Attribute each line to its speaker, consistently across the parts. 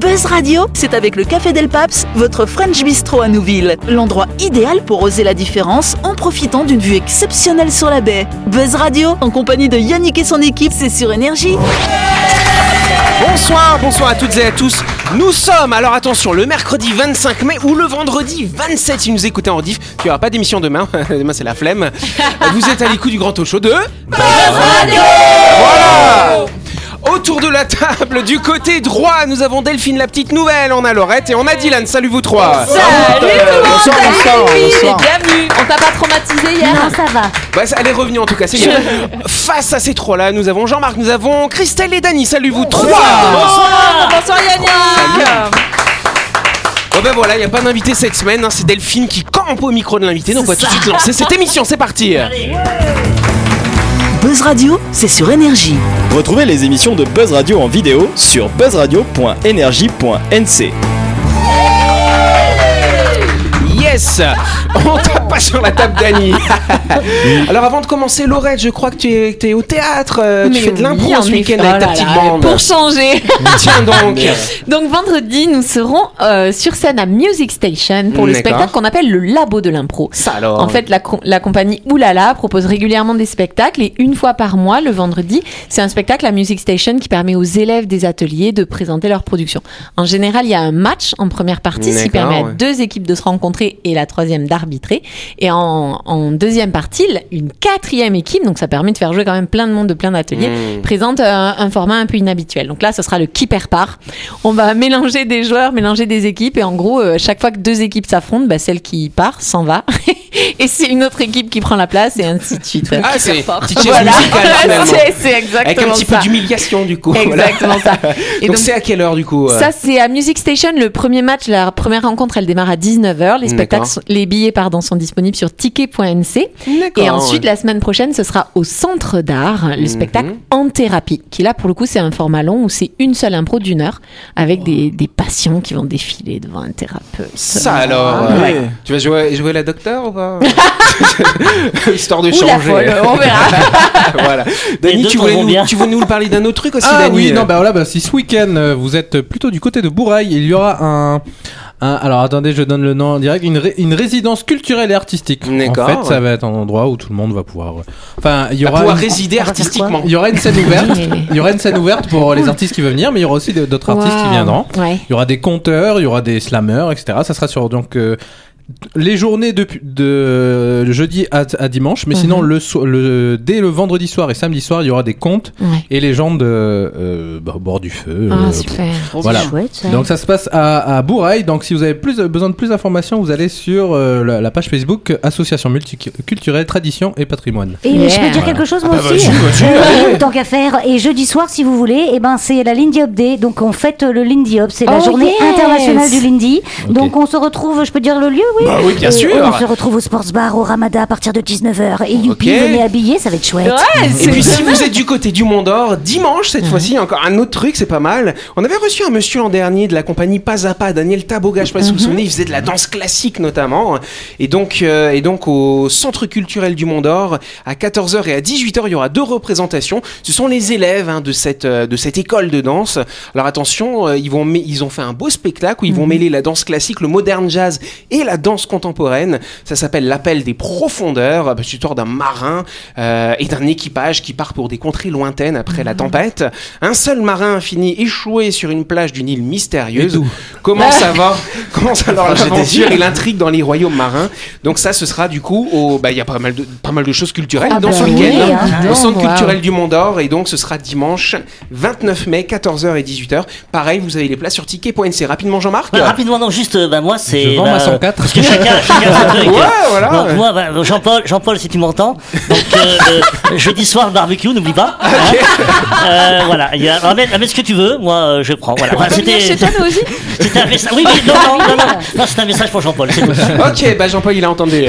Speaker 1: Buzz Radio, c'est avec le Café Del Paps, votre French Bistro à Nouville. L'endroit idéal pour oser la différence en profitant d'une vue exceptionnelle sur la baie. Buzz Radio, en compagnie de Yannick et son équipe, c'est sur Énergie.
Speaker 2: Bonsoir, bonsoir à toutes et à tous. Nous sommes, alors attention, le mercredi 25 mai ou le vendredi 27, si vous nous écoutez en rediff, tu n'auras pas d'émission demain, demain c'est la flemme. vous êtes à l'écoute du grand talk show de... Voilà Autour de la table, du côté droit, nous avons Delphine la petite nouvelle, on a Laurette et on a Dylan, salut vous trois
Speaker 3: Salut
Speaker 2: Ah,
Speaker 3: tout le monde
Speaker 2: bah,
Speaker 4: Bonsoir,
Speaker 3: Salut,
Speaker 4: bonsoir,
Speaker 3: Louis,
Speaker 4: bonsoir.
Speaker 3: et bienvenue On t'a pas traumatisé hier
Speaker 5: Non, ça va.
Speaker 2: Bah, ça- Elle est revenue en tout cas, c'est bien. Face à ces trois-là, nous avons Jean-Marc, nous avons Christelle et Dany, salut vous trois
Speaker 3: Bonsoir Bonsoir Yannick
Speaker 2: Bon ben voilà, il n'y a pas d'invité cette semaine, hein, c'est Delphine qui campe au micro de l'invité, donc on va tout de suite lancer cette émission, c'est parti
Speaker 1: Buzz Radio, c'est sur Énergie.
Speaker 4: Retrouvez les émissions de Buzz Radio en vidéo sur buzzradio.energie.nc.
Speaker 2: Yes On tape pas sur la table d'Annie Alors avant de commencer, Laurette, je crois que tu es, t'es au théâtre, euh, tu
Speaker 3: Mais
Speaker 2: fais de l'impro
Speaker 3: oui, en
Speaker 2: ce week-end
Speaker 3: effet.
Speaker 2: avec ta
Speaker 3: Oh là
Speaker 2: petite
Speaker 3: là,
Speaker 2: bande.
Speaker 3: Pour changer
Speaker 2: Tiens donc
Speaker 3: Donc vendredi, nous serons euh, sur scène à Music Station pour le
Speaker 2: D'accord.
Speaker 3: spectacle qu'on appelle le Labo de l'impro.
Speaker 2: Ça alors
Speaker 3: En fait, la, com- la compagnie Oulala propose régulièrement des spectacles et une fois par mois, le vendredi, c'est un spectacle à Music Station qui permet aux élèves des ateliers de présenter leur production. En général, il y a un match en première partie, ce qui
Speaker 2: D'accord,
Speaker 3: permet à
Speaker 2: ouais.
Speaker 3: deux équipes de se rencontrer et la troisième d'arbitrer. Et en, en deuxième partie, l- une quatrième équipe, donc ça permet de faire jouer quand même plein de monde de plein d'ateliers,
Speaker 2: Mmh.
Speaker 3: présente un, un format un peu inhabituel. Donc là, ce sera le qui perd part. On va mélanger des joueurs, mélanger des équipes. Et en gros, euh, chaque fois que deux équipes s'affrontent, bah, celle qui part s'en va. et c'est une autre équipe qui prend la place et ainsi de suite.
Speaker 2: Ah c'est
Speaker 3: fort.
Speaker 2: petite chaise
Speaker 3: Voilà.
Speaker 2: musicale finalement.
Speaker 3: c'est c'est exactement
Speaker 2: Avec un petit
Speaker 3: ça.
Speaker 2: peu d'humiliation du coup. voilà.
Speaker 3: Exactement ça. Et
Speaker 2: donc
Speaker 3: donc,
Speaker 2: c'est à quelle heure du coup euh
Speaker 3: ça, c'est à Music Station. Le premier match, la première rencontre, elle démarre à 19h. Les, spectacles
Speaker 2: Mm, D'accord.
Speaker 3: sont- les billets pardon, sont disponibles sur ticket.nc.
Speaker 2: D'accord,
Speaker 3: Et ensuite,
Speaker 2: ouais. Mhm.
Speaker 3: la semaine prochaine, ce sera au Centre d'Art, le spectacle En Thérapie, qui là, pour le coup, c'est un format long où c'est une seule impro d'une heure avec des, des patients qui vont défiler devant un thérapeute.
Speaker 2: Ça
Speaker 3: Ah,
Speaker 2: alors euh,
Speaker 4: Ouais.
Speaker 2: Tu vas jouer, jouer la docteur ou pas Histoire de
Speaker 3: Ou la
Speaker 2: changer.
Speaker 3: folle, euh, on verra.
Speaker 2: voilà.
Speaker 6: Les
Speaker 2: Dani,
Speaker 6: deux
Speaker 2: tu voulais,
Speaker 6: t'en vont
Speaker 2: nous,
Speaker 6: bien.
Speaker 2: tu voulais nous parler d'un autre truc aussi,
Speaker 7: Ah
Speaker 2: Dani
Speaker 7: oui,
Speaker 2: euh.
Speaker 7: non, bah voilà, bah, si ce week-end euh, vous êtes plutôt du côté de Bourail, il y aura un. un- alors attendez, je donne le nom en direct. Une, ré- une résidence culturelle et artistique.
Speaker 2: D'accord,
Speaker 7: En fait,
Speaker 2: ouais.
Speaker 7: ça va être un endroit où tout le monde va pouvoir. euh, Enfin, il y
Speaker 2: À
Speaker 7: aura.
Speaker 2: pouvoir
Speaker 7: une-
Speaker 2: résider artistiquement.
Speaker 7: il y aura une scène ouverte.
Speaker 3: Oui, oui.
Speaker 7: Il y aura une scène ouverte pour les artistes qui veulent venir, mais il y aura aussi de-
Speaker 2: euh,
Speaker 7: d'autres artistes qui
Speaker 3: Waouh.
Speaker 7: viendront.
Speaker 3: Ouais.
Speaker 7: Il y aura des conteurs, il y aura des slammers, etc. Ça sera sur donc euh, les journées de, de jeudi à, à dimanche, mais sinon le, so- le dès le vendredi soir et samedi soir, il y aura des contes
Speaker 3: Ouais.
Speaker 7: et les gens de euh, bah, au bord du feu.
Speaker 3: Ah,
Speaker 7: euh,
Speaker 3: super.
Speaker 7: Voilà.
Speaker 5: Chouette, ça.
Speaker 7: donc ça se passe à, à Bourail. Donc si vous avez plus, besoin de plus d'informations, vous allez sur euh, la, la page Facebook Association multiculturelle, tradition et patrimoine.
Speaker 5: Et
Speaker 3: Yeah.
Speaker 5: je peux dire
Speaker 7: Voilà.
Speaker 5: quelque
Speaker 2: Ah
Speaker 5: chose moi
Speaker 2: bah,
Speaker 5: aussi Euh, Tant qu'à faire. Et jeudi soir, si vous voulez, eh ben, c'est la Lindy Hop Day. Donc on fête euh, le Lindy Hop. C'est la
Speaker 3: Oh,
Speaker 5: journée
Speaker 3: yes.
Speaker 5: internationale du Lindy.
Speaker 7: Ok.
Speaker 5: Donc on se retrouve, je peux dire le lieu, oui
Speaker 2: Bah oui, bien
Speaker 5: Et
Speaker 2: sûr.
Speaker 5: On se retrouve au Sports Bar au Ramada à partir de 19h. Et youpi,
Speaker 2: Ok.
Speaker 5: venez habiller, ça va être chouette.
Speaker 3: Ouais,
Speaker 2: Et
Speaker 3: c'est
Speaker 2: puis si vous êtes du côté du Mont d'Or, dimanche cette fois-ci, encore un autre truc, c'est pas mal. On avait reçu un monsieur l'an dernier de la compagnie Pas à Pas, Daniel Taboga, je sais pas si vous vous souvenez, il faisait de la danse classique notamment. Et donc, euh, et donc au Centre culturel du Mont d'Or, à 14h et à 18h, il y aura deux représentations. Ce sont les élèves hein, de, cette, euh, de cette école de danse. Alors attention, euh, ils, vont mê- ils ont fait un beau spectacle où
Speaker 5: Mhm.
Speaker 2: ils vont mêler la danse classique, le moderne jazz et la danse contemporaine. Ça s'appelle l'appel des profondeurs. Euh, bah, C'est l'histoire d'un marin euh, et d'un équipage qui part pour des contrées lointaines après
Speaker 5: Mhm.
Speaker 2: la tempête. Un seul marin finit échoué sur une plage d'une île mystérieuse. Comment ça va Comment ça va
Speaker 5: Ah,
Speaker 2: l'aventure et l'intrigue dans les royaumes marins Donc ça, ce sera du coup au. Bah, il y a pas mal de pas mal de choses culturelles
Speaker 5: Ah
Speaker 2: dans
Speaker 5: bah
Speaker 2: ce
Speaker 5: oui,
Speaker 2: week-end. hein,
Speaker 5: hein.
Speaker 2: Au centre
Speaker 3: Wow.
Speaker 2: culturel du Mont d'Or et donc ce sera dimanche 29 mai 14h et 18h. Pareil, vous avez les places sur ticket.nc. Rapidement, Jean-Marc.
Speaker 6: Bah, rapidement, non, juste, euh, bah, moi, c'est.
Speaker 7: Je vends
Speaker 6: bah,
Speaker 7: ma
Speaker 6: euh,
Speaker 7: 104.
Speaker 6: Parce que chacun, chacun son truc.
Speaker 2: Ouais, voilà.
Speaker 6: Donc, moi, bah, Jean-Paul, Jean-Paul, si tu m'entends, donc euh, euh, jeudi soir barbecue, n'oublie pas. hein. Euh, voilà, il y a, ramène, ramène ce que tu veux, moi euh, je prends. Voilà. Enfin,
Speaker 3: Comme
Speaker 6: c'était,
Speaker 3: venir chez toi, nous aussi.
Speaker 6: c'était un message. Oui, oui, non, non, non, non, non, c'était un message pour Jean-Paul. c'est tout.
Speaker 2: ok, bah Jean-Paul, il a entendu.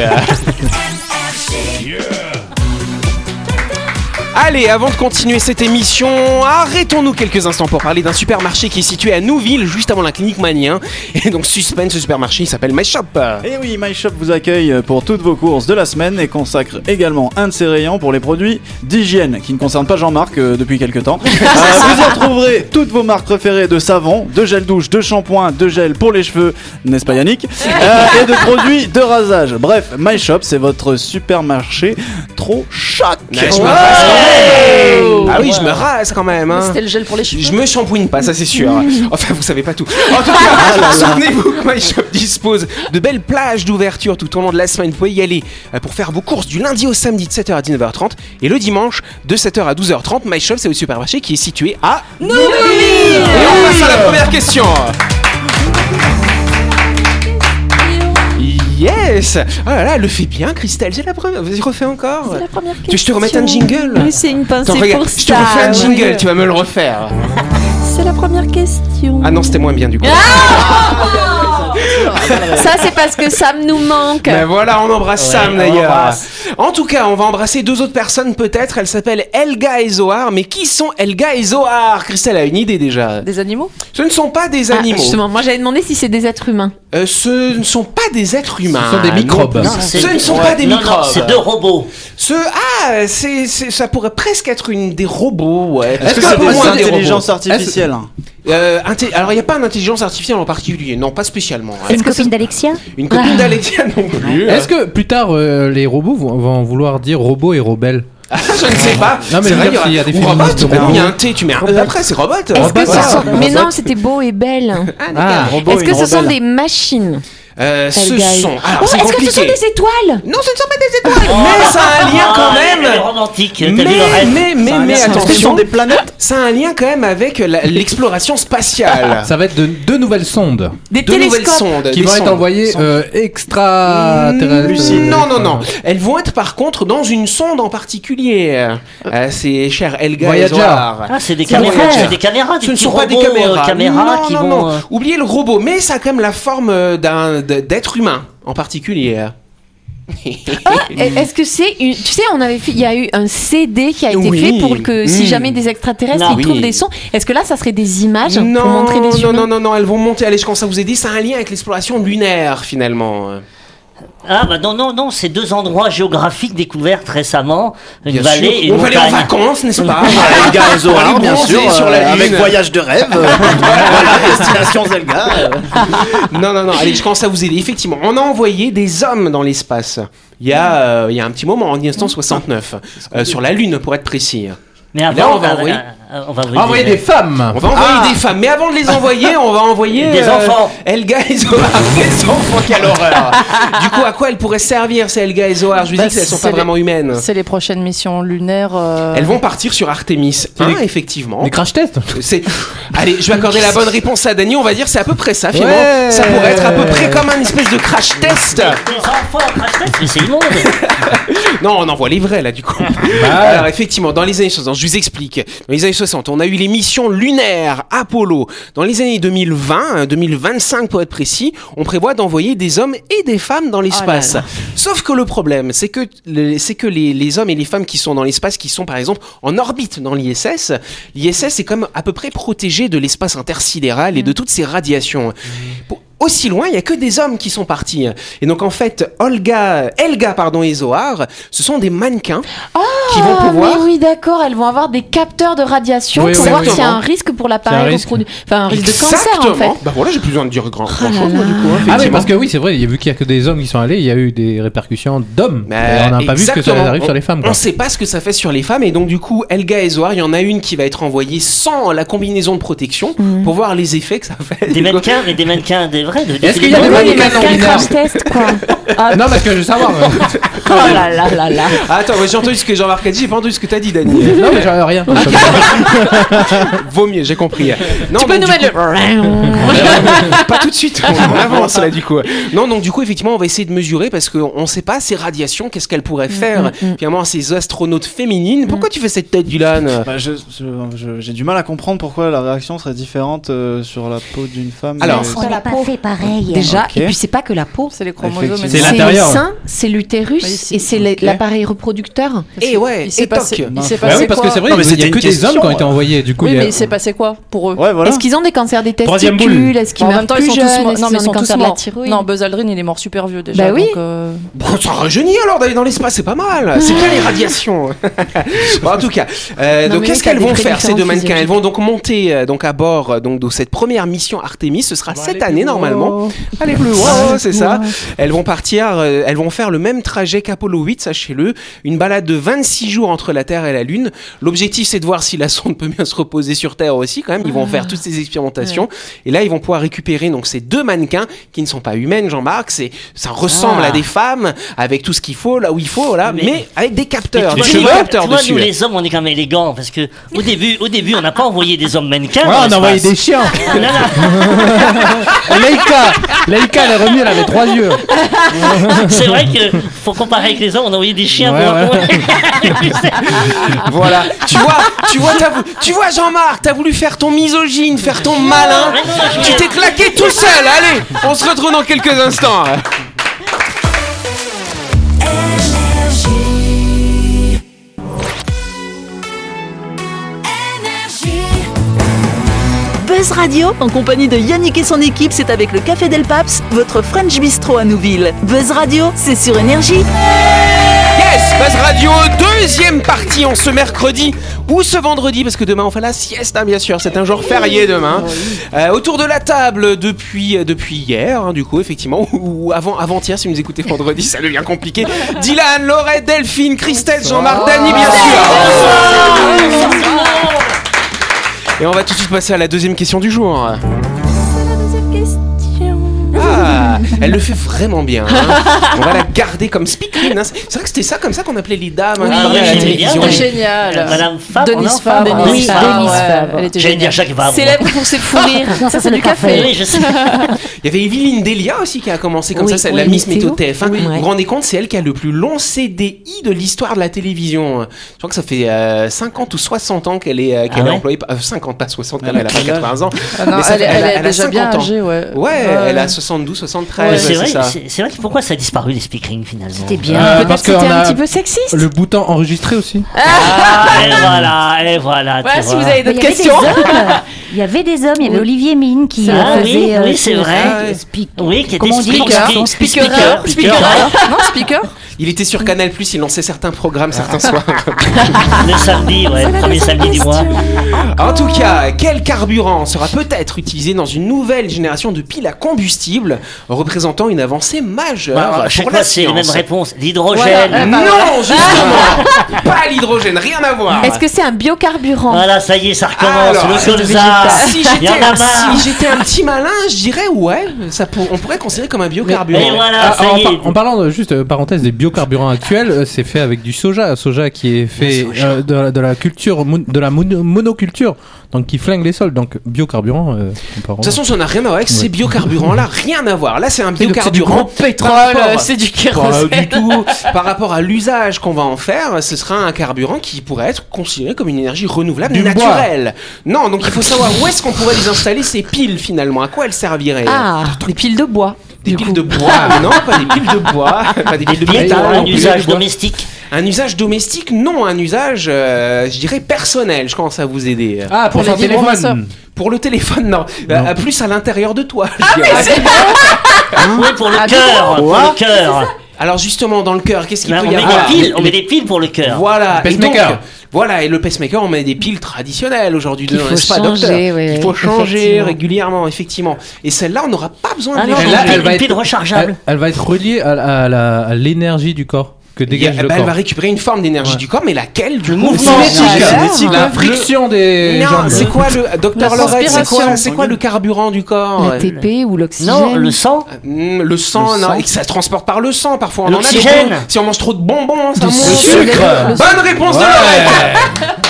Speaker 2: Allez, avant de continuer cette émission, arrêtons-nous quelques instants pour parler d'un supermarché qui est situé à Nouville, juste avant la clinique Manien. Et donc, suspense, ce supermarché, il s'appelle My Shop.
Speaker 8: Et oui, MyShop vous accueille pour toutes vos courses de la semaine et consacre également un de ses rayons pour les produits d'hygiène, qui ne concerne pas Jean-Marc euh, depuis quelques temps. Euh, vous y retrouverez toutes vos marques préférées de savon, de gel douche, de shampoing, de gel pour les cheveux, n'est-ce pas Yannick Euh, Et de produits de rasage. Bref, MyShop, c'est votre supermarché trop choc
Speaker 2: Ouais, je me rase quand même. Ah oui, je me rase quand même. hein.
Speaker 3: C'était le gel pour les cheveux.
Speaker 2: Je me shampooine pas, ça c'est sûr. Enfin, vous savez pas tout. En tout
Speaker 3: Ah
Speaker 2: cas, souvenez-vous que My Shop dispose de belles plages d'ouverture tout au long de la semaine. Vous pouvez y aller euh, pour faire vos courses du lundi au samedi de 7h à 19h30 et le dimanche de 7h à 12h30. My Shop, c'est au supermarché qui est situé à Nouville. Et on passe à la première question. Yes Ah là là, elle le fait bien, Christelle. C'est la première. Vas-y, refais encore.
Speaker 3: C'est la première
Speaker 2: Tu veux que je te remette un
Speaker 3: question.
Speaker 2: jingle
Speaker 3: Mais c'est une
Speaker 2: Attends,
Speaker 3: pensée
Speaker 2: regarde,
Speaker 3: pour
Speaker 2: je te
Speaker 3: ça,
Speaker 2: refais un
Speaker 3: oui.
Speaker 2: jingle, tu vas me le refaire.
Speaker 3: C'est la première question.
Speaker 2: Ah non, c'était moins bien du coup.
Speaker 3: Ça, c'est parce que Sam nous manque.
Speaker 2: Ben voilà, on embrasse Sam
Speaker 6: on
Speaker 2: d'ailleurs.
Speaker 6: l'embrasse.
Speaker 2: En tout cas, on va embrasser deux autres personnes peut-être. Elles s'appellent Elga et Zohar. Mais qui sont Elga et Zohar Christelle a une idée déjà.
Speaker 3: Des animaux
Speaker 2: Ce ne sont pas des
Speaker 3: Ah,
Speaker 2: animaux.
Speaker 3: Justement, moi j'avais demandé si c'est des êtres humains.
Speaker 2: Euh, ce ne sont pas des êtres humains.
Speaker 7: sont des microbes.
Speaker 2: Non,
Speaker 7: Non,
Speaker 6: c'est-
Speaker 2: ce ne sont
Speaker 6: ouais,
Speaker 2: pas des
Speaker 6: non, non,
Speaker 2: microbes.
Speaker 6: c'est deux robots.
Speaker 2: Ce- ah, c'est- c'est- ça pourrait presque être une des robots. Ouais.
Speaker 8: Est-ce que
Speaker 2: Un
Speaker 8: c'est
Speaker 2: peu
Speaker 8: des
Speaker 2: moins des
Speaker 8: intelligences
Speaker 2: robots.
Speaker 8: artificielles hein.
Speaker 2: Est-ce- euh, inté- Alors, il n'y a pas d'intelligence artificielle en particulier. Non, pas spécialement. hein.
Speaker 5: C'est une copine d'Alexia
Speaker 2: Une copine d'Alexia non plus. hein.
Speaker 7: Est-ce que plus tard euh, les robots vont, vont vouloir dire robots et rebelles
Speaker 2: Ah, je ne sais pas.
Speaker 7: Non, mais
Speaker 2: C'est
Speaker 7: je veux
Speaker 2: vrai,
Speaker 7: dire s'il y a des
Speaker 2: ou robot,
Speaker 7: féministes robots.
Speaker 2: Il y a un T, tu mets un E après, c'est robot.
Speaker 3: Est-ce que
Speaker 7: bah,
Speaker 3: ce
Speaker 7: voilà.
Speaker 3: sont... Mais non, c'était beau et belle.
Speaker 7: Ah,
Speaker 3: Est-ce que ce sont des machines
Speaker 2: Euh, ce
Speaker 3: Elgaï
Speaker 2: sont. Alors,
Speaker 3: Oh,
Speaker 2: c'est
Speaker 3: Est-ce que ce sont
Speaker 2: compliqué.
Speaker 3: des étoiles
Speaker 2: Non, ce ne sont pas des étoiles, mais ça a un
Speaker 6: Oh,
Speaker 2: lien quand
Speaker 6: Ah, Elle est
Speaker 2: même.
Speaker 6: romantique, t'as
Speaker 2: Mais,
Speaker 6: vu le rêve
Speaker 2: mais, mais, mais,
Speaker 8: Est-ce que ce sont
Speaker 2: attention,
Speaker 8: des planètes
Speaker 2: ça a un lien quand même avec la- l'exploration spatiale.
Speaker 7: Ça va être de- deux nouvelles sondes
Speaker 3: Des
Speaker 2: Deux nouvelles
Speaker 3: télescopes
Speaker 2: sondes. Ah.
Speaker 7: qui
Speaker 2: Euh, des
Speaker 7: vont être
Speaker 2: sondes.
Speaker 7: envoyées
Speaker 2: Sondes.
Speaker 7: euh, extraterrestres.
Speaker 8: Lucide.
Speaker 2: Non,
Speaker 7: euh,
Speaker 2: non, non. Elles vont être par contre dans une sonde en particulier. Euh, c'est cher Elga et
Speaker 7: Voyager.
Speaker 2: Zohar.
Speaker 6: Ah, c'est
Speaker 5: C'est des
Speaker 6: des caméras,
Speaker 5: frères.
Speaker 6: c'est des caméras, des
Speaker 2: Ce ne
Speaker 6: petits
Speaker 2: sont pas des
Speaker 6: robots, euh,
Speaker 2: caméras.
Speaker 6: caméras
Speaker 2: Non,
Speaker 6: qui
Speaker 2: non,
Speaker 6: vont.
Speaker 2: non.
Speaker 6: euh,
Speaker 2: Oubliez le robot, mais ça a quand même la forme euh, d'un d- d'être humain en particulier.
Speaker 6: Ah,
Speaker 3: Et Est-ce que c'est une... tu sais on avait fait... il y a eu un CD qui a été
Speaker 2: Oui.
Speaker 3: fait pour que si
Speaker 2: Mm.
Speaker 3: jamais des extraterrestres
Speaker 6: Non.
Speaker 3: ils
Speaker 2: Oui.
Speaker 3: trouvent des sons est-ce que là ça serait des images
Speaker 2: non,
Speaker 3: pour montrer les
Speaker 2: non,
Speaker 3: humains
Speaker 2: non, non, non, elles vont monter. Allez, je commence à vous aider. Ça a un lien avec l'exploration lunaire finalement. euh,
Speaker 6: Ah bah non non non, c'est deux endroits géographiques découverts récemment, une
Speaker 2: Bien
Speaker 6: vallée
Speaker 2: sûr.
Speaker 6: et une
Speaker 2: On va aller en
Speaker 6: montagne.
Speaker 2: vacances, n'est-ce pas
Speaker 8: Ah, Elga et Zohar,
Speaker 2: Pour aller
Speaker 8: bien
Speaker 2: bronzer
Speaker 8: sûr,
Speaker 2: sur
Speaker 8: euh,
Speaker 2: la
Speaker 8: avec
Speaker 2: Lune.
Speaker 8: voyage de rêve, euh, voilà, destination Zelga. euh.
Speaker 2: Non, non, non. Allez, je commence à vous aider. Effectivement, on a envoyé des hommes dans l'espace. Il y a, euh, il y a un petit moment, en 1969, euh, sur la Lune, pour être précis.
Speaker 6: Mais
Speaker 2: Et là,
Speaker 6: avant
Speaker 2: on va envoyer-
Speaker 6: euh, on va envoyer
Speaker 7: Envoyer Ah des
Speaker 9: Hein.
Speaker 7: femmes
Speaker 2: On va envoyer
Speaker 9: Ah.
Speaker 2: des femmes, mais avant de les envoyer, on va envoyer
Speaker 6: Des enfants.
Speaker 2: Elga et Zohar, des enfants, quelle horreur Du coup, à quoi elles pourraient servir ces Elga et Zohar Je vous
Speaker 9: Bah,
Speaker 2: dis qu'elles sont
Speaker 9: c'est
Speaker 2: pas
Speaker 9: les-
Speaker 2: vraiment humaines.
Speaker 9: C'est les prochaines missions lunaires. euh, Hein
Speaker 2: Elles vont partir sur Artemis 1,
Speaker 7: des-
Speaker 2: effectivement. Euh,
Speaker 7: Des crash tests
Speaker 2: C'est- Allez, je vais accorder la bonne réponse à Dany. On va dire c'est à peu près ça finalement.
Speaker 7: Ouais.
Speaker 2: Ça pourrait être à peu près comme un espèce de crash test.
Speaker 6: Des enfants, crash test, mais c'est immonde.
Speaker 2: Non, on envoie les vrais là du coup. Alors effectivement, dans les années 60, je vous explique. Dans les années 60, on a eu les missions lunaires Apollo. Dans les années 2020, hein, 2025 pour être précis, on prévoit d'envoyer des hommes et des femmes dans l'espace.
Speaker 9: là
Speaker 2: Sauf que le problème, c'est que le- c'est que les, les hommes et les femmes qui sont dans l'espace, qui sont par exemple en orbite dans l'ISS, l'ISS est comme à peu près protégé de l'espace intersidéral et
Speaker 3: Mm.
Speaker 2: de toutes ces radiations. Pour- aussi loin, il n'y a que des hommes qui sont partis. Et donc en fait, Olga, Elga pardon, et Zohar, ce sont des mannequins qui vont
Speaker 3: Ah,
Speaker 2: pouvoir...
Speaker 3: mais oui, d'accord, elles vont avoir des capteurs de radiation
Speaker 7: Oui,
Speaker 3: pour
Speaker 7: oui,
Speaker 3: voir
Speaker 7: oui.
Speaker 3: s'il y a un risque pour
Speaker 7: C'est un
Speaker 3: l'appareil
Speaker 7: risque.
Speaker 3: reproduit. Enfin, un risque de cancer en
Speaker 2: Exactement.
Speaker 3: fait. Oh
Speaker 2: Bah voilà, j'ai plus besoin de dire grand, grand chose, moi,
Speaker 3: là
Speaker 2: du coup. hein,
Speaker 7: Ah oui,
Speaker 2: effectivement.
Speaker 7: parce que oui, c'est vrai, il y a vu qu'il n'y a que des hommes qui sont allés, il y a eu des répercussions d'hommes.
Speaker 2: Mais
Speaker 7: Et on n'a pas vu ce que ça
Speaker 2: Bah, exactement.
Speaker 7: arrive
Speaker 2: On-
Speaker 7: sur les femmes.
Speaker 2: On
Speaker 7: Quoi.
Speaker 2: sait pas ce que ça fait sur les femmes et donc du coup Elga et Zohar, il y en a une qui va être envoyée sans la combinaison de protection
Speaker 9: Mhm.
Speaker 2: pour voir les effets que ça fait.
Speaker 6: Des
Speaker 2: Du coup-
Speaker 6: mannequins, mais des mannequins, des vrais. de-
Speaker 7: Est-ce qu'il y a des
Speaker 3: Oui, mais
Speaker 7: mannequins en
Speaker 3: quel
Speaker 7: lunaire
Speaker 3: crash test quoi
Speaker 7: Ah, Non, parce que je veux savoir. euh.
Speaker 3: Oh là là là là
Speaker 2: Ah, attends, moi, j'ai entendu ce que Jean-Marc a dit, j'ai pas entendu ce que t'as dit, Dani.
Speaker 7: non, mais j'en ai rien.
Speaker 2: Vaut mieux, j'ai compris. Non,
Speaker 3: Tu peux
Speaker 2: donc,
Speaker 3: nous
Speaker 2: du
Speaker 3: mettre
Speaker 2: Ah,
Speaker 3: le.
Speaker 2: pas tout de suite, on on avance là du coup. Non, donc du coup, effectivement, on va essayer de mesurer parce qu'on ne sait pas ces radiations, qu'est-ce qu'elles
Speaker 9: Mm,
Speaker 2: pourraient faire finalement à ces astronautes féminines. Pourquoi tu fais cette tête, Dylan
Speaker 8: Bah, je- je- je- J'ai du mal à comprendre pourquoi la réaction serait différente euh, sur la peau d'une femme.
Speaker 2: Alors,
Speaker 8: et-
Speaker 5: On l'a pas fait. est pareil.
Speaker 3: Déjà,
Speaker 8: Ok.
Speaker 3: et puis c'est pas que la peau.
Speaker 9: C'est les chromosomes.
Speaker 8: Effectivement.
Speaker 7: C'est
Speaker 9: et tout.
Speaker 3: C'est le
Speaker 7: l'intérieur.
Speaker 3: sein, c'est l'utérus
Speaker 9: Oui, c'est-
Speaker 3: et c'est le-
Speaker 8: ok.
Speaker 3: l'appareil reproducteur.
Speaker 2: Et Eh ouais,
Speaker 9: Il s'est
Speaker 2: et
Speaker 9: passé,
Speaker 2: toc.
Speaker 9: il s'est
Speaker 7: Bah
Speaker 9: passé
Speaker 7: oui, parce que
Speaker 9: quoi
Speaker 7: c'est vrai,
Speaker 2: Non, mais
Speaker 7: il y a hein.
Speaker 2: c'était
Speaker 7: que
Speaker 2: une
Speaker 7: des hommes
Speaker 2: question,
Speaker 7: qui ont été envoyés. Du coup,
Speaker 9: Oui,
Speaker 7: il y a-
Speaker 9: mais il s'est passé quoi pour eux
Speaker 8: Ouais, voilà.
Speaker 3: Est-ce qu'ils ont des cancers des
Speaker 7: Troisième
Speaker 3: testicules
Speaker 7: boule.
Speaker 3: Est-ce qu'ils
Speaker 9: En
Speaker 3: meurent
Speaker 9: même temps, ils
Speaker 3: plus
Speaker 9: sont
Speaker 3: jeunes
Speaker 9: tous morts.
Speaker 3: Est-ce
Speaker 9: Non,
Speaker 3: qu'ils
Speaker 9: mais ils
Speaker 3: ont des
Speaker 9: sont tous
Speaker 3: cancers de la
Speaker 9: morts. Bah
Speaker 3: thyroïde
Speaker 9: Non, Buzz Aldrin, il est mort super vieux déjà.
Speaker 3: Bah oui.
Speaker 9: donc, euh,
Speaker 2: Bon, ça rajeunit alors d'aller dans l'espace, c'est pas mal. C'est pas les radiations. Bon, en tout cas, euh,
Speaker 3: Non,
Speaker 2: donc
Speaker 3: mais
Speaker 2: qu'est-ce
Speaker 3: oui, t'as
Speaker 2: qu'elles
Speaker 3: des
Speaker 2: vont
Speaker 3: vraies
Speaker 2: faire ces
Speaker 3: différences
Speaker 2: deux mannequins Elles
Speaker 3: physiologiques.
Speaker 2: vont donc monter euh, donc à bord euh, donc de cette première mission Artemis. Ce sera cette année normalement.
Speaker 6: Oh.
Speaker 2: Allez plus loin, c'est ça. Elles vont partir, euh, elles vont faire le même trajet qu'Apollo 8, sachez-le. Une balade de 26 jours entre la Terre et la Lune. L'objectif, c'est de voir si la sonde peut bien se reposer sur Terre aussi. Quand même, ils
Speaker 6: Ah.
Speaker 2: vont faire toutes ces expérimentations. Et là, ils vont pouvoir récupérer donc ces deux mannequins qui ne sont pas humaines, Jean-Marc. C'est ça ressemble à des femmes avec tout ce qu'il faut là où il faut là, mais,
Speaker 6: Ah. Mais-
Speaker 2: avec des capteurs,
Speaker 6: Mais
Speaker 2: des hein.
Speaker 6: tu vois, nous,
Speaker 2: capteurs
Speaker 6: tu vois,
Speaker 2: dessus.
Speaker 6: nous les hommes, on est quand même élégants parce que au début, au début, on n'a pas envoyé des hommes mannequins.
Speaker 7: Ouais,
Speaker 6: dans
Speaker 7: Ah, on a envoyé des
Speaker 6: l'espace.
Speaker 7: chiens.
Speaker 6: Non, non,
Speaker 7: Laïka, Laïka, elle est revenue, elle avait trois yeux.
Speaker 6: C'est vrai que faut comparer avec les hommes, on a envoyé des chiens.
Speaker 7: Ouais,
Speaker 6: pour-
Speaker 2: Voilà. tu vois, tu vois, t'as vou- tu vois, Jean-Marc, t'as voulu faire ton misogyne, faire ton malin.
Speaker 6: Mais non, je-
Speaker 2: Tu t'es claqué tout seul. Allez, on se retrouve dans quelques instants.
Speaker 1: Buzz Radio, en compagnie de Yannick et son équipe, c'est avec le Café Del Paps, votre French Bistro à Nouville. Buzz Radio, c'est sur Énergie.
Speaker 2: Yes, Buzz Radio, deuxième partie en ce mercredi ou ce vendredi, parce que demain on fait la sieste, hein, bien sûr, c'est un jour férié demain. Euh, autour de la table depuis, euh, depuis hier, hein, du coup, effectivement, ou avant, avant-hier si vous nous écoutez vendredi, ça devient compliqué. Dylan, Laurette, Delphine, Christelle, Jean-Marc, Dany, bien sûr. Et on va tout de suite passer à la deuxième question du jour. Ah, elle le fait vraiment bien. hein. On va la garder comme speakerine. hein. C'est vrai que c'était ça comme ça qu'on appelait les dames. hein, qui
Speaker 6: Ah
Speaker 2: parlaient à la
Speaker 6: oui,
Speaker 2: télévision.
Speaker 6: bien.
Speaker 9: Génial.
Speaker 6: Madame Fabre,
Speaker 9: Denise
Speaker 6: non
Speaker 9: Fabre.
Speaker 6: Fabre,
Speaker 9: Denise
Speaker 6: Denise
Speaker 9: Fabre,
Speaker 6: Fabre.
Speaker 9: ouais,
Speaker 5: Fabre.
Speaker 9: Elle était
Speaker 6: J'allais dire
Speaker 9: géniale.
Speaker 6: Jacques Vabre.
Speaker 9: Célèbre pour ses fous rires. Ça,
Speaker 5: Non, ça, c'est
Speaker 9: c'est
Speaker 5: le
Speaker 9: du café.
Speaker 5: café.
Speaker 6: Oui, je sais.
Speaker 2: Il y avait Evelyne Delia aussi qui a commencé comme
Speaker 3: Oui,
Speaker 2: ça, c'est la
Speaker 3: oui,
Speaker 2: Miss Météo
Speaker 3: Météo.
Speaker 2: TF1.
Speaker 3: Oui.
Speaker 2: Vous vous
Speaker 3: Ouais.
Speaker 2: rendez compte, c'est elle qui a le plus long CDI de l'histoire de la télévision. Je crois que ça fait euh, 50 ou 60 ans qu'elle est, euh, qu'elle
Speaker 6: Ah
Speaker 2: est
Speaker 6: ouais
Speaker 2: employée. par- euh, 50, pas 60, quand
Speaker 8: Elle
Speaker 2: même,
Speaker 8: a
Speaker 2: elle a pas
Speaker 8: quel âge
Speaker 2: 80 ans.
Speaker 9: Ah non,
Speaker 2: Mais ça
Speaker 9: elle,
Speaker 2: fait-
Speaker 9: est- elle
Speaker 2: elle a-
Speaker 9: est
Speaker 2: elle a
Speaker 9: déjà bien
Speaker 2: 50 ans.
Speaker 9: âgée, ouais.
Speaker 2: Ouais,
Speaker 9: Ouais.
Speaker 2: elle a 72, 73.
Speaker 6: Mais
Speaker 2: ouais,
Speaker 6: c'est vrai,
Speaker 2: ça.
Speaker 6: c'est c'est vrai que pourquoi ça a disparu les speakerings finalement
Speaker 5: C'était bien.
Speaker 7: Euh,
Speaker 3: Peut-être
Speaker 7: parce
Speaker 3: que c'était
Speaker 7: qu'on
Speaker 3: un
Speaker 7: a-
Speaker 3: petit peu sexiste.
Speaker 7: Le bouton enregistré aussi.
Speaker 6: Ah, et voilà, et voilà.
Speaker 9: Voilà,
Speaker 6: tu
Speaker 9: si
Speaker 6: vois.
Speaker 9: vous avez
Speaker 5: Mais
Speaker 9: d'autres
Speaker 5: il y avait des
Speaker 9: questions.
Speaker 5: hommes. Il y avait des hommes, il y avait Olivier Mine qui
Speaker 6: Ah
Speaker 5: euh,
Speaker 6: oui,
Speaker 5: faisait.
Speaker 6: oui, c'est
Speaker 5: qui-
Speaker 6: vrai.
Speaker 5: euh, speak-
Speaker 6: Oui, qui était
Speaker 5: Comment on dit,
Speaker 6: speaker.
Speaker 5: garçon
Speaker 6: Speaker. hein.
Speaker 9: Speaker. Speaker. Non, speaker.
Speaker 2: Il était
Speaker 6: Mm.
Speaker 2: sur Canal Plus, il lançait certains programmes
Speaker 6: Ah.
Speaker 2: certains soirs.
Speaker 6: Le samedi, ouais, le premier samedi du mois.
Speaker 2: En tout cas, quel carburant sera peut-être utilisé dans une nouvelle génération de piles à combustible, représentant une avancée majeure
Speaker 6: Voilà, à
Speaker 2: pour
Speaker 6: chaque
Speaker 2: la
Speaker 6: fois, c'est les mêmes Ah,
Speaker 2: science Mm.
Speaker 6: réponses. L'hydrogène.
Speaker 9: Voilà.
Speaker 2: Non,
Speaker 6: Ah.
Speaker 2: justement Pas l'hydrogène, rien à voir
Speaker 3: Est-ce que c'est un biocarburant
Speaker 6: Voilà, ça y est, ça recommence.
Speaker 2: Alors,
Speaker 6: Ah, le colza.
Speaker 2: si
Speaker 6: Il y en
Speaker 2: j'étais
Speaker 6: a marre.
Speaker 2: si j'étais un petit malin, je dirais ouais, ça pour- on pourrait considérer comme un
Speaker 6: Et
Speaker 2: biocarburant.
Speaker 6: voilà,
Speaker 7: Ah,
Speaker 6: ça
Speaker 7: en,
Speaker 6: y
Speaker 7: par-
Speaker 6: est.
Speaker 7: en parlant de- juste euh, parenthèse des biocarburants actuels, euh, c'est fait avec du soja, soja qui est fait euh, de, la- de la culture, mon- de la mono- monoculture, donc qui flingue les sols. Donc biocarburant. euh, on peut en-
Speaker 2: De toute façon, ça n'a rien à voir avec ces
Speaker 7: Ouais.
Speaker 2: biocarburants-là, rien à voir. Là, c'est un
Speaker 7: C'est du- c'est du
Speaker 2: biocarburant.
Speaker 7: grand pétrole,
Speaker 2: par rapport-
Speaker 9: Euh, C'est du
Speaker 2: Pas
Speaker 9: kérosène.
Speaker 2: du tout. Par rapport à l'usage qu'on va en faire, ce sera un carburant qui pourrait être considéré comme une énergie renouvelable
Speaker 7: Du bois.
Speaker 2: naturelle. Non, donc il faut savoir où est-ce qu'on pourrait les installer ces piles finalement. À quoi elles serviraient
Speaker 3: Ah, des piles de bois.
Speaker 2: Des
Speaker 3: du
Speaker 2: piles
Speaker 3: coup.
Speaker 2: de bois
Speaker 7: Ah.
Speaker 2: Non, pas des piles de bois. Pas des piles de
Speaker 6: Bien,
Speaker 2: pétrole
Speaker 6: t'as
Speaker 2: non
Speaker 6: un
Speaker 2: plus.
Speaker 6: usage domestique.
Speaker 2: Un usage domestique, non, un usage, euh, je dirais personnel. Je commence à vous aider.
Speaker 7: Ah pour,
Speaker 9: Pour
Speaker 7: son
Speaker 9: les vibromasseurs.
Speaker 7: téléphone.
Speaker 2: Pour le téléphone, non. Euh, plus à l'intérieur de toi.
Speaker 3: Ah,
Speaker 2: je dirais.
Speaker 6: Oui, pour le cœur. Pour le cœur.
Speaker 2: Alors justement, dans le cœur, qu'est-ce qu'il
Speaker 6: Là,
Speaker 2: peut
Speaker 6: On
Speaker 2: y
Speaker 6: met
Speaker 2: avoir
Speaker 6: des piles, on met des piles pour le cœur.
Speaker 2: Voilà.
Speaker 7: Le
Speaker 2: et donc,
Speaker 7: pacemaker.
Speaker 2: voilà, et le pacemaker, on met des piles traditionnelles aujourd'hui
Speaker 3: Qu'il
Speaker 2: dedans,
Speaker 3: faut
Speaker 2: n'est-ce pas,
Speaker 3: changer,
Speaker 2: docteur
Speaker 3: oui,
Speaker 2: Il faut
Speaker 3: oui,
Speaker 2: changer
Speaker 3: effectivement.
Speaker 2: régulièrement, effectivement. Et celle-là, on n'aura pas besoin
Speaker 6: Ah
Speaker 2: de
Speaker 6: non,
Speaker 2: les
Speaker 6: non,
Speaker 2: changer.
Speaker 7: là, elle
Speaker 6: elle
Speaker 7: va
Speaker 6: une
Speaker 7: être-
Speaker 6: pile rechargeable.
Speaker 7: Elle, elle va être reliée à, à la- à l'énergie du corps que
Speaker 2: Il y a-
Speaker 7: dégage le
Speaker 2: bah, elle
Speaker 7: corps.
Speaker 2: va récupérer une forme d'énergie du corps, mais laquelle du
Speaker 6: Le
Speaker 2: coup
Speaker 6: mouvement.
Speaker 2: C'est- hein.
Speaker 7: Cinétique.
Speaker 9: Cinétique.
Speaker 7: La friction des
Speaker 2: Non,
Speaker 7: jambes.
Speaker 2: c'est quoi le docteur
Speaker 9: La
Speaker 2: Lorette C'est quoi,
Speaker 9: transpiration.
Speaker 2: c'est quoi le carburant du corps
Speaker 3: L'ATP ou l'oxygène
Speaker 6: Non, le sang.
Speaker 2: Hum, le sang,
Speaker 7: Le
Speaker 2: non,
Speaker 7: sang.
Speaker 2: et que ça se transporte par le sang parfois. On en a des
Speaker 6: L'oxygène.
Speaker 2: bons. Si on mange trop de bonbons, ça monte.
Speaker 7: sucre.
Speaker 2: Bonne réponse de Lorette.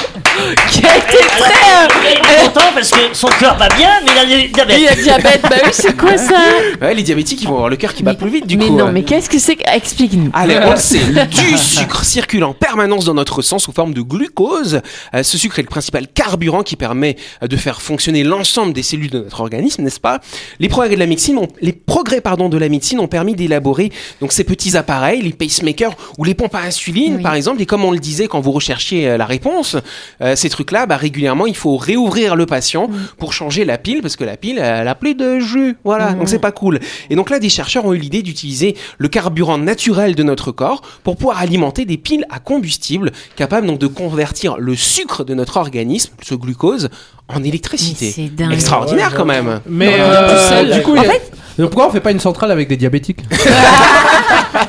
Speaker 6: Elle est contente parce parce que son cœur va bien, mais il a du diabète.
Speaker 3: Il a diabète, bah oui, c'est quoi ça
Speaker 2: Ouais, les diabétiques, ils vont avoir le cœur qui bat plus vite du
Speaker 3: Mais
Speaker 2: coup.
Speaker 3: non,
Speaker 2: ouais. Ah,
Speaker 3: mais qu'est-ce que c'est que- Explique-nous.
Speaker 2: Allez, on le sait, du sucre circule en permanence dans notre sang sous forme de glucose. Euh, ce sucre est le principal carburant qui permet euh, de faire fonctionner l'ensemble des cellules de notre organisme, n'est-ce pas Les progrès de la médecine, ont- les progrès pardon de la médecine ont permis d'élaborer donc ces petits appareils, les pacemakers ou les pompes à insuline,
Speaker 3: Oui.
Speaker 2: par exemple. Et comme on le disait quand vous recherchiez euh, la réponse, euh, ces trucs-là, bah, régulièrement, il faut réouvrir le patient
Speaker 3: Mm.
Speaker 2: pour changer la pile parce que la pile, elle a plus de jus. Voilà,
Speaker 3: Mm.
Speaker 2: donc c'est pas cool. Et donc là, des chercheurs ont eu l'idée d'utiliser le carburant naturel de notre corps pour pouvoir alimenter des piles à combustible capables donc de convertir le sucre de notre organisme, ce glucose, en électricité.
Speaker 3: Mais c'est dingue.
Speaker 2: Extraordinaire quand même.
Speaker 7: Mais
Speaker 3: Non,
Speaker 7: euh,
Speaker 3: tout seul.
Speaker 7: du coup, il y a-
Speaker 3: En fait-
Speaker 7: Donc pourquoi on fait pas une centrale avec des diabétiques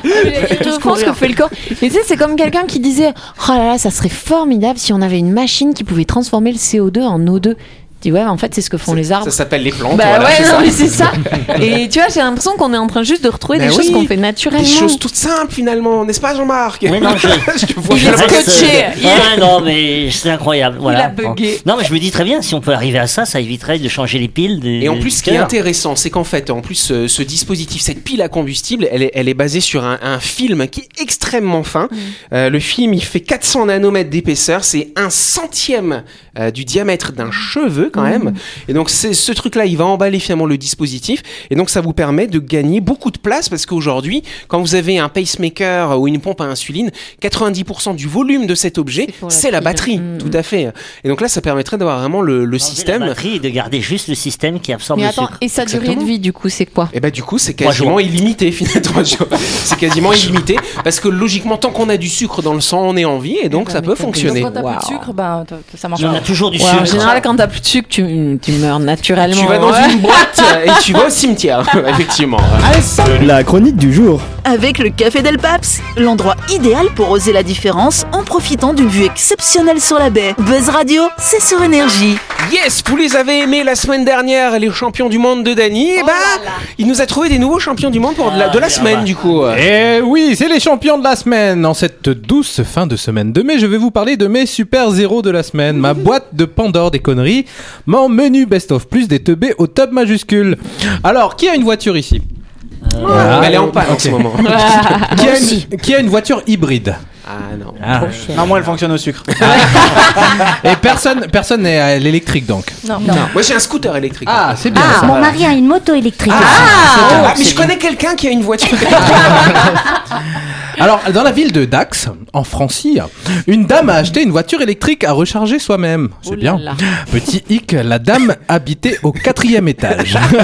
Speaker 3: Je pense que fait le corps. Mais tu sais, c'est comme quelqu'un qui disait Oh là là, ça serait formidable si on avait une machine qui pouvait transformer le CO2 en O2. Tu dis ouais, en fait, c'est ce que font les arbres.
Speaker 2: Ça s'appelle les plantes.
Speaker 3: Bah
Speaker 2: voilà, c'est
Speaker 3: ouais,
Speaker 2: ça.
Speaker 3: non, mais c'est ça. Et tu vois, j'ai l'impression qu'on est en train juste de retrouver
Speaker 2: Bah
Speaker 3: des choses
Speaker 2: oui,
Speaker 3: qu'on fait
Speaker 2: Des
Speaker 3: naturellement.
Speaker 2: choses toutes simples finalement, n'est-ce pas Jean-Marc
Speaker 6: Oui, non, je-
Speaker 2: Je te vois
Speaker 3: Il est
Speaker 2: bien.
Speaker 3: scotché. Il
Speaker 6: Ouais, non, mais c'est incroyable. Voilà.
Speaker 3: bugué.
Speaker 6: Non, mais je me dis très bien, si on peut arriver à ça, ça éviterait de changer les piles. des-
Speaker 2: Et en
Speaker 6: des
Speaker 2: plus, ce qui est
Speaker 6: cœurs.
Speaker 2: intéressant, c'est qu'en fait, en plus, euh, ce, ce dispositif, cette pile à combustible, elle est, elle est basée sur un, un film qui est extrêmement fin. Euh, le film, il fait 400 nanomètres d'épaisseur, c'est un centième euh, du diamètre d'un cheveu quand même. Et donc, c'est- ce truc-là, il va emballer finalement le dispositif. Et donc, ça vous permet de gagner beaucoup de place parce qu'aujourd'hui, quand vous avez un pacemaker ou une pompe à insuline, 90% du volume de cet objet,
Speaker 3: pour la
Speaker 2: c'est la
Speaker 3: pile.
Speaker 2: batterie.
Speaker 3: Mhm.
Speaker 2: Tout à fait. Et donc là, ça permettrait d'avoir vraiment le, le
Speaker 6: Enlever la
Speaker 2: système.
Speaker 6: batterie et de garder juste le système qui absorbe
Speaker 3: Mais
Speaker 6: le
Speaker 3: attends,
Speaker 6: sucre.
Speaker 3: et sa durée de
Speaker 2: Exactement.
Speaker 3: vie, du coup, c'est quoi
Speaker 2: Et bah du coup c'est
Speaker 6: Trois
Speaker 2: quasiment
Speaker 6: jours.
Speaker 2: illimité finalement. Trois jours. c'est quasiment illimité parce que logiquement tant qu'on a du sucre dans le sang on est en vie et donc
Speaker 3: bah,
Speaker 2: ça peut
Speaker 3: mais t'as-
Speaker 2: fonctionner.
Speaker 9: Donc, quand t'as plus de
Speaker 3: Waouh.
Speaker 9: sucre, bah, t- t- ça marche
Speaker 6: Il y en
Speaker 9: pas.
Speaker 6: a toujours du
Speaker 3: Ouais, En
Speaker 6: sucre.
Speaker 3: général, quand t'as plus de sucre, tu, tu meurs naturellement.
Speaker 2: Tu vas dans
Speaker 3: Ouais.
Speaker 2: une boîte euh, et tu vas au cimetière effectivement.
Speaker 4: La chronique du jour.
Speaker 1: Avec le Café Del Paps, l'endroit idéal pour oser la différence en profitant d'une vue exceptionnelle sur la baie. Buzz Radio, c'est sur énergie.
Speaker 2: Yes vous les avez aimés la semaine dernière les champions du monde de Dany et bah il nous a trouvé des nouveaux champions du monde pour de la, de la
Speaker 6: Ah,
Speaker 2: semaine
Speaker 6: bah.
Speaker 2: du coup. Euh,
Speaker 7: Eh oui, c'est les champions de la semaine. En cette douce fin de semaine de mai, je vais vous parler de mes super zéros de la semaine, ma boîte de Pandore des conneries, mon menu best of plus des teubés au top majuscule. Alors, qui a une voiture ici bah,
Speaker 2: Voilà. Mais Euh, elle est en panne en ce moment.
Speaker 7: qui a, une, qui a une voiture hybride
Speaker 2: Ah non.
Speaker 8: Non, moi, elle fonctionne au sucre.
Speaker 7: Et personne, personne n'est à l'électrique donc.
Speaker 9: Non.
Speaker 2: Moi j'ai un scooter électrique.
Speaker 7: Ah, c'est bien. ça.
Speaker 5: Mon mari a une moto électrique.
Speaker 2: Ah, mais je connais quelqu'un qui a une voiture.
Speaker 7: Alors, dans la ville de Dax, en Francie, une dame a acheté une voiture électrique à recharger soi-même.
Speaker 3: Oh
Speaker 7: C'est
Speaker 3: là
Speaker 7: bien.
Speaker 3: là.
Speaker 7: Petit hic, la dame habitait au quatrième étage. Alors,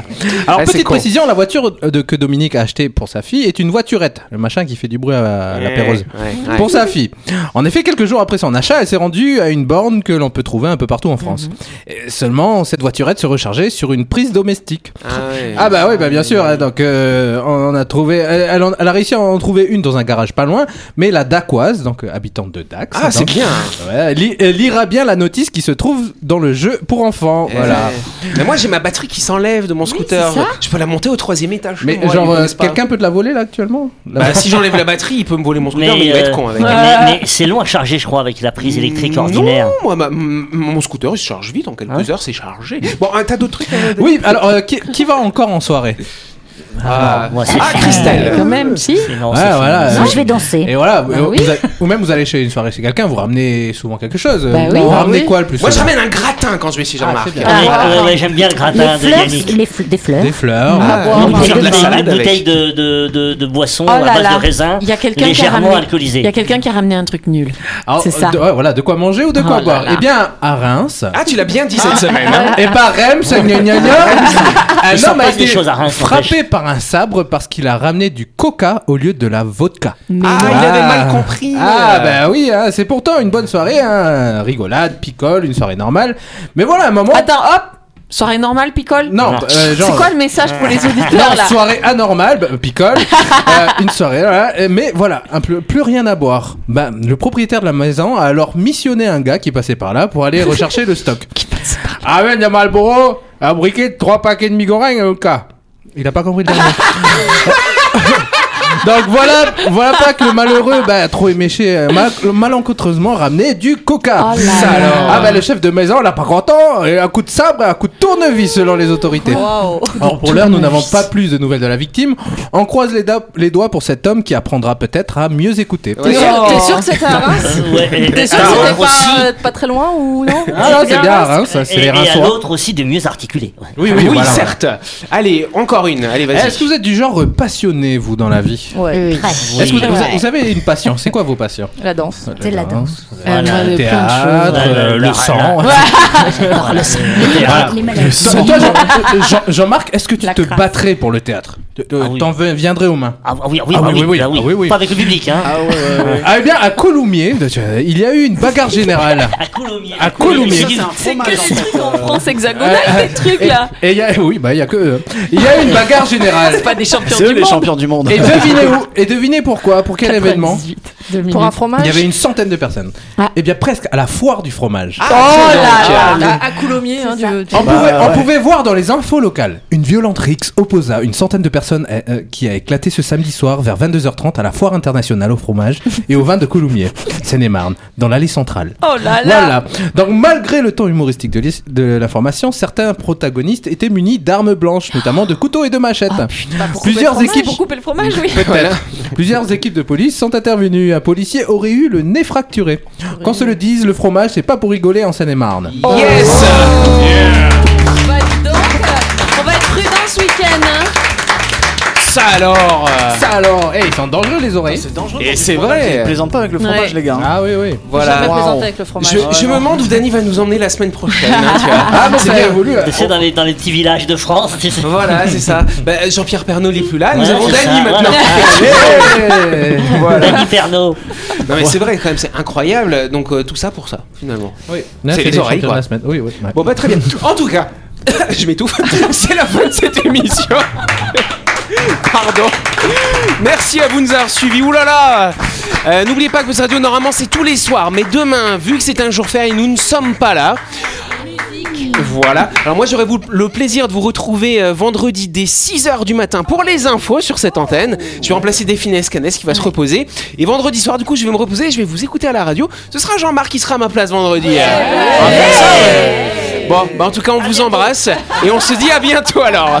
Speaker 2: Ouais, Ah, c'est
Speaker 7: petite
Speaker 2: con.
Speaker 7: précision, la voiture de- que Dominique a achetée pour sa fille est une voiturette, le machin qui fait du bruit à la pérouse.
Speaker 2: Eh, Ouais, ouais.
Speaker 7: Pour sa fille. En effet, quelques jours après son achat, elle s'est rendue à une borne que l'on peut trouver un peu partout en France. Et seulement, cette voiturette se rechargeait sur une prise domestique.
Speaker 2: Ah, ouais.
Speaker 7: Ah bah oui, bah bien sûr. hein, donc euh, on en a trouvé, elle, elle en- elle a réussi à en trouver une dans un garage pas loin, mais la Dacoise, donc euh, habitante de Dax,
Speaker 2: Ah, c'est
Speaker 7: donc,
Speaker 2: bien.
Speaker 7: ouais, elle, li- elle lira bien la notice qui se trouve dans le jeu pour enfants. Voilà.
Speaker 2: Eh. Mais moi j'ai ma batterie qui s'enlève de mon scooter.
Speaker 3: c'est ça.
Speaker 2: je peux la monter au troisième étage.
Speaker 7: Mais
Speaker 2: chez moi,
Speaker 7: genre,
Speaker 2: ils
Speaker 7: euh,
Speaker 2: connaissent pas.
Speaker 7: quelqu'un peut te la voler là actuellement La-
Speaker 2: Bah, si j'enlève la batterie, il peut me voler mon scooter, mais, il va être
Speaker 6: euh,
Speaker 2: con avec.
Speaker 6: mais- mais c'est long à charger, je crois, avec la prise électrique ordinaire.
Speaker 2: Non, moi, ma- m- mon scooter il se charge vite, en quelques
Speaker 7: Ah ouais.
Speaker 2: heures c'est chargé. Bon, hein, t'as d'autres trucs euh,
Speaker 7: Oui, alors euh, qui, qui va encore en soirée
Speaker 2: Ah,
Speaker 6: moi, c'est
Speaker 2: Ah,
Speaker 6: fini.
Speaker 2: Christelle
Speaker 3: Quand même, si.
Speaker 6: C'est- non,
Speaker 7: Ouais,
Speaker 6: c'est fini.
Speaker 7: voilà.
Speaker 5: Moi, je
Speaker 2: Ah
Speaker 5: vais danser.
Speaker 7: Et voilà, euh,
Speaker 3: Bah oui.
Speaker 7: vous allez- ou même vous allez chez une soirée chez quelqu'un, vous ramenez souvent quelque chose. Euh,
Speaker 3: Bah
Speaker 7: vous
Speaker 3: oui. Bah
Speaker 7: ramenez
Speaker 3: oui.
Speaker 7: quoi le plus
Speaker 2: Moi je
Speaker 7: souvent
Speaker 2: ramène un gratin quand je vais chez Jean-Marc.
Speaker 7: c'est bien.
Speaker 6: Ah, ouais, ouais, ouais, J'aime bien le gratin
Speaker 5: Les
Speaker 6: de
Speaker 5: fleurs,
Speaker 6: Yannick.
Speaker 5: les fl- des fleurs.
Speaker 7: Des fleurs.
Speaker 2: Ah,
Speaker 7: ouais.
Speaker 2: ouais.
Speaker 6: Une
Speaker 2: bah,
Speaker 6: bouteille-
Speaker 2: de la
Speaker 6: une
Speaker 2: salade avec.
Speaker 6: bouteille de, de, de, de boisson
Speaker 3: Oh
Speaker 6: à
Speaker 3: là
Speaker 6: base
Speaker 3: là.
Speaker 6: de raisin
Speaker 3: Il y a quelqu'un qui a
Speaker 6: légèrement
Speaker 3: ramené. Il y a
Speaker 6: alcoolisée.
Speaker 3: quelqu'un qui a ramené un truc nul.
Speaker 7: Alors,
Speaker 3: C'est ça.
Speaker 7: Ah, euh, de- ouais, voilà, de quoi manger ou de
Speaker 3: Oh
Speaker 7: quoi
Speaker 3: là
Speaker 7: boire
Speaker 3: là.
Speaker 7: Eh bien, à Reims.
Speaker 2: Ah, tu l'as bien dit cette semaine.
Speaker 6: Ah,
Speaker 2: hein.
Speaker 7: Et par Reims, gna gna gna, un
Speaker 6: Il s'en
Speaker 7: homme a
Speaker 6: passe des
Speaker 7: été
Speaker 6: choses à Reims,
Speaker 7: frappé par un sabre parce qu'il a ramené du coca au lieu de la vodka.
Speaker 3: Mais
Speaker 2: Ah,
Speaker 3: non.
Speaker 2: il avait mal compris.
Speaker 7: Ah bah oui, hein, c'est pourtant une bonne soirée, hein. rigolade, picole, une soirée normale. Mais voilà, un moment...
Speaker 3: Attends, hop Soirée normale, picole
Speaker 7: Non, euh, genre...
Speaker 3: C'est quoi le message pour les auditeurs
Speaker 7: non,
Speaker 3: là
Speaker 7: soirée anormale, bah, picole, euh, une soirée, voilà, euh, mais voilà, un peu, plus rien à boire. Bah, le propriétaire de la maison a alors missionné un gars qui passait par là pour aller rechercher le stock. Ah
Speaker 3: Qui passe par-
Speaker 7: Amène de Marlboro, un hein, briquet de trois paquets de migoring, au cas. Il a pas compris le dernier. Donc voilà, voilà pas que le malheureux, bah, trop éméché, euh, mal- malencontreusement ramené du coca.
Speaker 3: Oh là
Speaker 7: Ça,
Speaker 3: là.
Speaker 7: alors. Ah bah le chef de maison, là, pas content, et un coup de sabre, un coup de tournevis selon les autorités.
Speaker 9: Waouh.
Speaker 7: Alors pour l'heure, nous n'avons pas plus de nouvelles de la victime. On croise les, da- les doigts pour cet homme qui apprendra peut-être à mieux écouter.
Speaker 2: Ouais.
Speaker 9: T'es sûr,
Speaker 3: Oh.
Speaker 9: t'es sûr que c'était à Reims
Speaker 6: Ouais, et-
Speaker 9: T'es sûr que
Speaker 7: Bah,
Speaker 6: Ah,
Speaker 9: c'était
Speaker 6: ouais, aussi.
Speaker 9: pas, euh, pas très loin ou non
Speaker 7: Ah, non, c'est bien,
Speaker 9: Reims
Speaker 7: hein, ça, c'est
Speaker 6: Et-
Speaker 7: les
Speaker 6: Et à
Speaker 7: rinceaux.
Speaker 6: l'autre aussi de mieux articuler.
Speaker 3: Euh,
Speaker 6: Ouais.
Speaker 7: Oui,
Speaker 2: Oui,
Speaker 7: voilà.
Speaker 2: certes. Allez, encore une. Allez, vas-y.
Speaker 7: Est-ce que vous êtes du genre euh, passionné, vous, dans la vie
Speaker 9: Ouais,
Speaker 3: Oui.
Speaker 7: Est-ce que vous,
Speaker 9: Ouais.
Speaker 7: vous- vous avez une passion C'est quoi vos passions
Speaker 9: la danse.
Speaker 5: C'est la danse.
Speaker 3: Euh, moi, de
Speaker 7: Le
Speaker 3: plein de choses.
Speaker 7: théâtre,
Speaker 6: Ouais,
Speaker 7: euh,
Speaker 6: ouais,
Speaker 7: le
Speaker 6: ouais,
Speaker 7: sang.
Speaker 6: Le théâtre.
Speaker 5: Les maladies.
Speaker 7: Toi, toi, Jean- euh, Jean- Jean-Marc, est-ce que tu
Speaker 9: La
Speaker 7: te
Speaker 9: crasse.
Speaker 7: battrais pour le théâtre Te- te-
Speaker 6: Ah oui.
Speaker 7: Euh, T'en veux- viendrais aux mains
Speaker 6: Ah oui, ah oui,
Speaker 7: Ah
Speaker 6: ah
Speaker 7: oui,
Speaker 6: oui,
Speaker 7: oui,
Speaker 6: ah
Speaker 7: ah oui, oui.
Speaker 6: Pas avec le public, hein.
Speaker 8: Ah ouais, ouais, ouais.
Speaker 7: Ah eh bien, à Coulommiers, de- euh, il y a eu une bagarre générale.
Speaker 6: À Coulommiers.
Speaker 7: À Coulommiers.
Speaker 6: C'est-
Speaker 9: C'est que des trucs en France hexagonale,
Speaker 7: Euh,
Speaker 9: des trucs là.
Speaker 7: Et il y a, oui, bah il y a que, eux. il y a eu une bagarre générale.
Speaker 9: C'est pas des champions
Speaker 8: C'est eux
Speaker 9: du
Speaker 8: les
Speaker 9: monde.
Speaker 8: champions du monde.
Speaker 7: Et devinez où Et devinez pourquoi Pour quel événement
Speaker 3: 98, 2000.
Speaker 9: Pour un
Speaker 7: Il y avait
Speaker 9: fromage
Speaker 7: une centaine de personnes.
Speaker 3: Ah.
Speaker 7: Et bien presque à la foire du fromage.
Speaker 9: Oh
Speaker 2: Ah,
Speaker 9: là là À Coulommiers, hein, du.
Speaker 7: On,
Speaker 8: Bah,
Speaker 7: pouvait, on
Speaker 8: ouais.
Speaker 7: pouvait voir dans les infos locales une violente rixe opposa une centaine de personnes euh, euh, qui a éclaté ce samedi soir vers 22h30 à la foire internationale au fromage et au vin de Coulommiers, Seine-et-Marne, dans l'allée centrale.
Speaker 9: Oh là là
Speaker 7: Voilà. Donc malgré le ton humoristique de l'is- de l'information, certains protagonistes étaient munis d'armes blanches, notamment de couteaux et de machettes.
Speaker 9: Bah, pour couper
Speaker 7: Plusieurs
Speaker 9: le fromage,
Speaker 7: équipes-
Speaker 9: Pour couper le fromage, oui.
Speaker 7: Peut-être. Plusieurs équipes de police sont intervenues. Un policier aurait eu le nez fracturé. Qu'on se le dise, le fromage, c'est pas pour rigoler en Seine-et-Marne.
Speaker 9: Oh.
Speaker 2: Yes
Speaker 9: Bah, dis donc, euh, on va être prudents ce week-end, hein.
Speaker 2: Ça alors euh,
Speaker 7: Ça alors, eh, ils sont dangereux les oreilles.
Speaker 8: Ah, C'est dangereux.
Speaker 2: Et c'est
Speaker 8: Ils
Speaker 2: vrai
Speaker 8: plaisantent pas avec le fromage,
Speaker 9: Ouais.
Speaker 8: les gars. hein.
Speaker 7: Ah oui, oui.
Speaker 2: Voilà.
Speaker 9: Jamais
Speaker 8: Waouh.
Speaker 9: plaisanter avec le fromage.
Speaker 2: Je, je me demande où Dany va nous emmener la semaine prochaine. hein, tu vois.
Speaker 7: Ah bon,
Speaker 2: C'est
Speaker 7: c'est bien
Speaker 2: bien.
Speaker 7: voulu.
Speaker 6: Tu sais, dans les, dans les petits villages de France, tu sais.
Speaker 2: Voilà, c'est ça. Bah, Jean-Pierre Pernaud n'est plus là, nous
Speaker 6: Ouais,
Speaker 2: avons
Speaker 6: c'est ça,
Speaker 2: Dany maintenant.
Speaker 7: Hey
Speaker 2: Voilà.
Speaker 6: Dany Pernaut.
Speaker 2: Non mais c'est vrai quand même, c'est incroyable. Donc euh, tout ça pour ça, finalement.
Speaker 7: Oui.
Speaker 2: C'est les
Speaker 7: les
Speaker 2: oreilles,
Speaker 7: champions
Speaker 2: quoi.
Speaker 7: de la semaine. Oui, oui. ouais.
Speaker 2: Bon bah très bien. En tout cas, je m'étouffe. C'est la fin de cette émission. Pardon. Merci à vous de nous avoir suivis. Ouh là là Euh, N'oubliez pas que Buzz Radio, normalement, c'est tous les soirs. Mais demain, vu que c'est un jour férié, nous ne sommes pas là. Voilà. Alors moi, j'aurais vous- le plaisir de vous retrouver euh, vendredi dès 6h du matin pour les infos sur cette antenne. Je vais remplacer Définès Canès qui va se reposer. Et vendredi soir, du coup, je vais me reposer et je vais vous écouter à la radio. Ce sera Jean-Marc qui sera à ma place vendredi. On va faire ça, ouais. Bon, bah, en tout cas, on vous embrasse et on se dit à bientôt alors.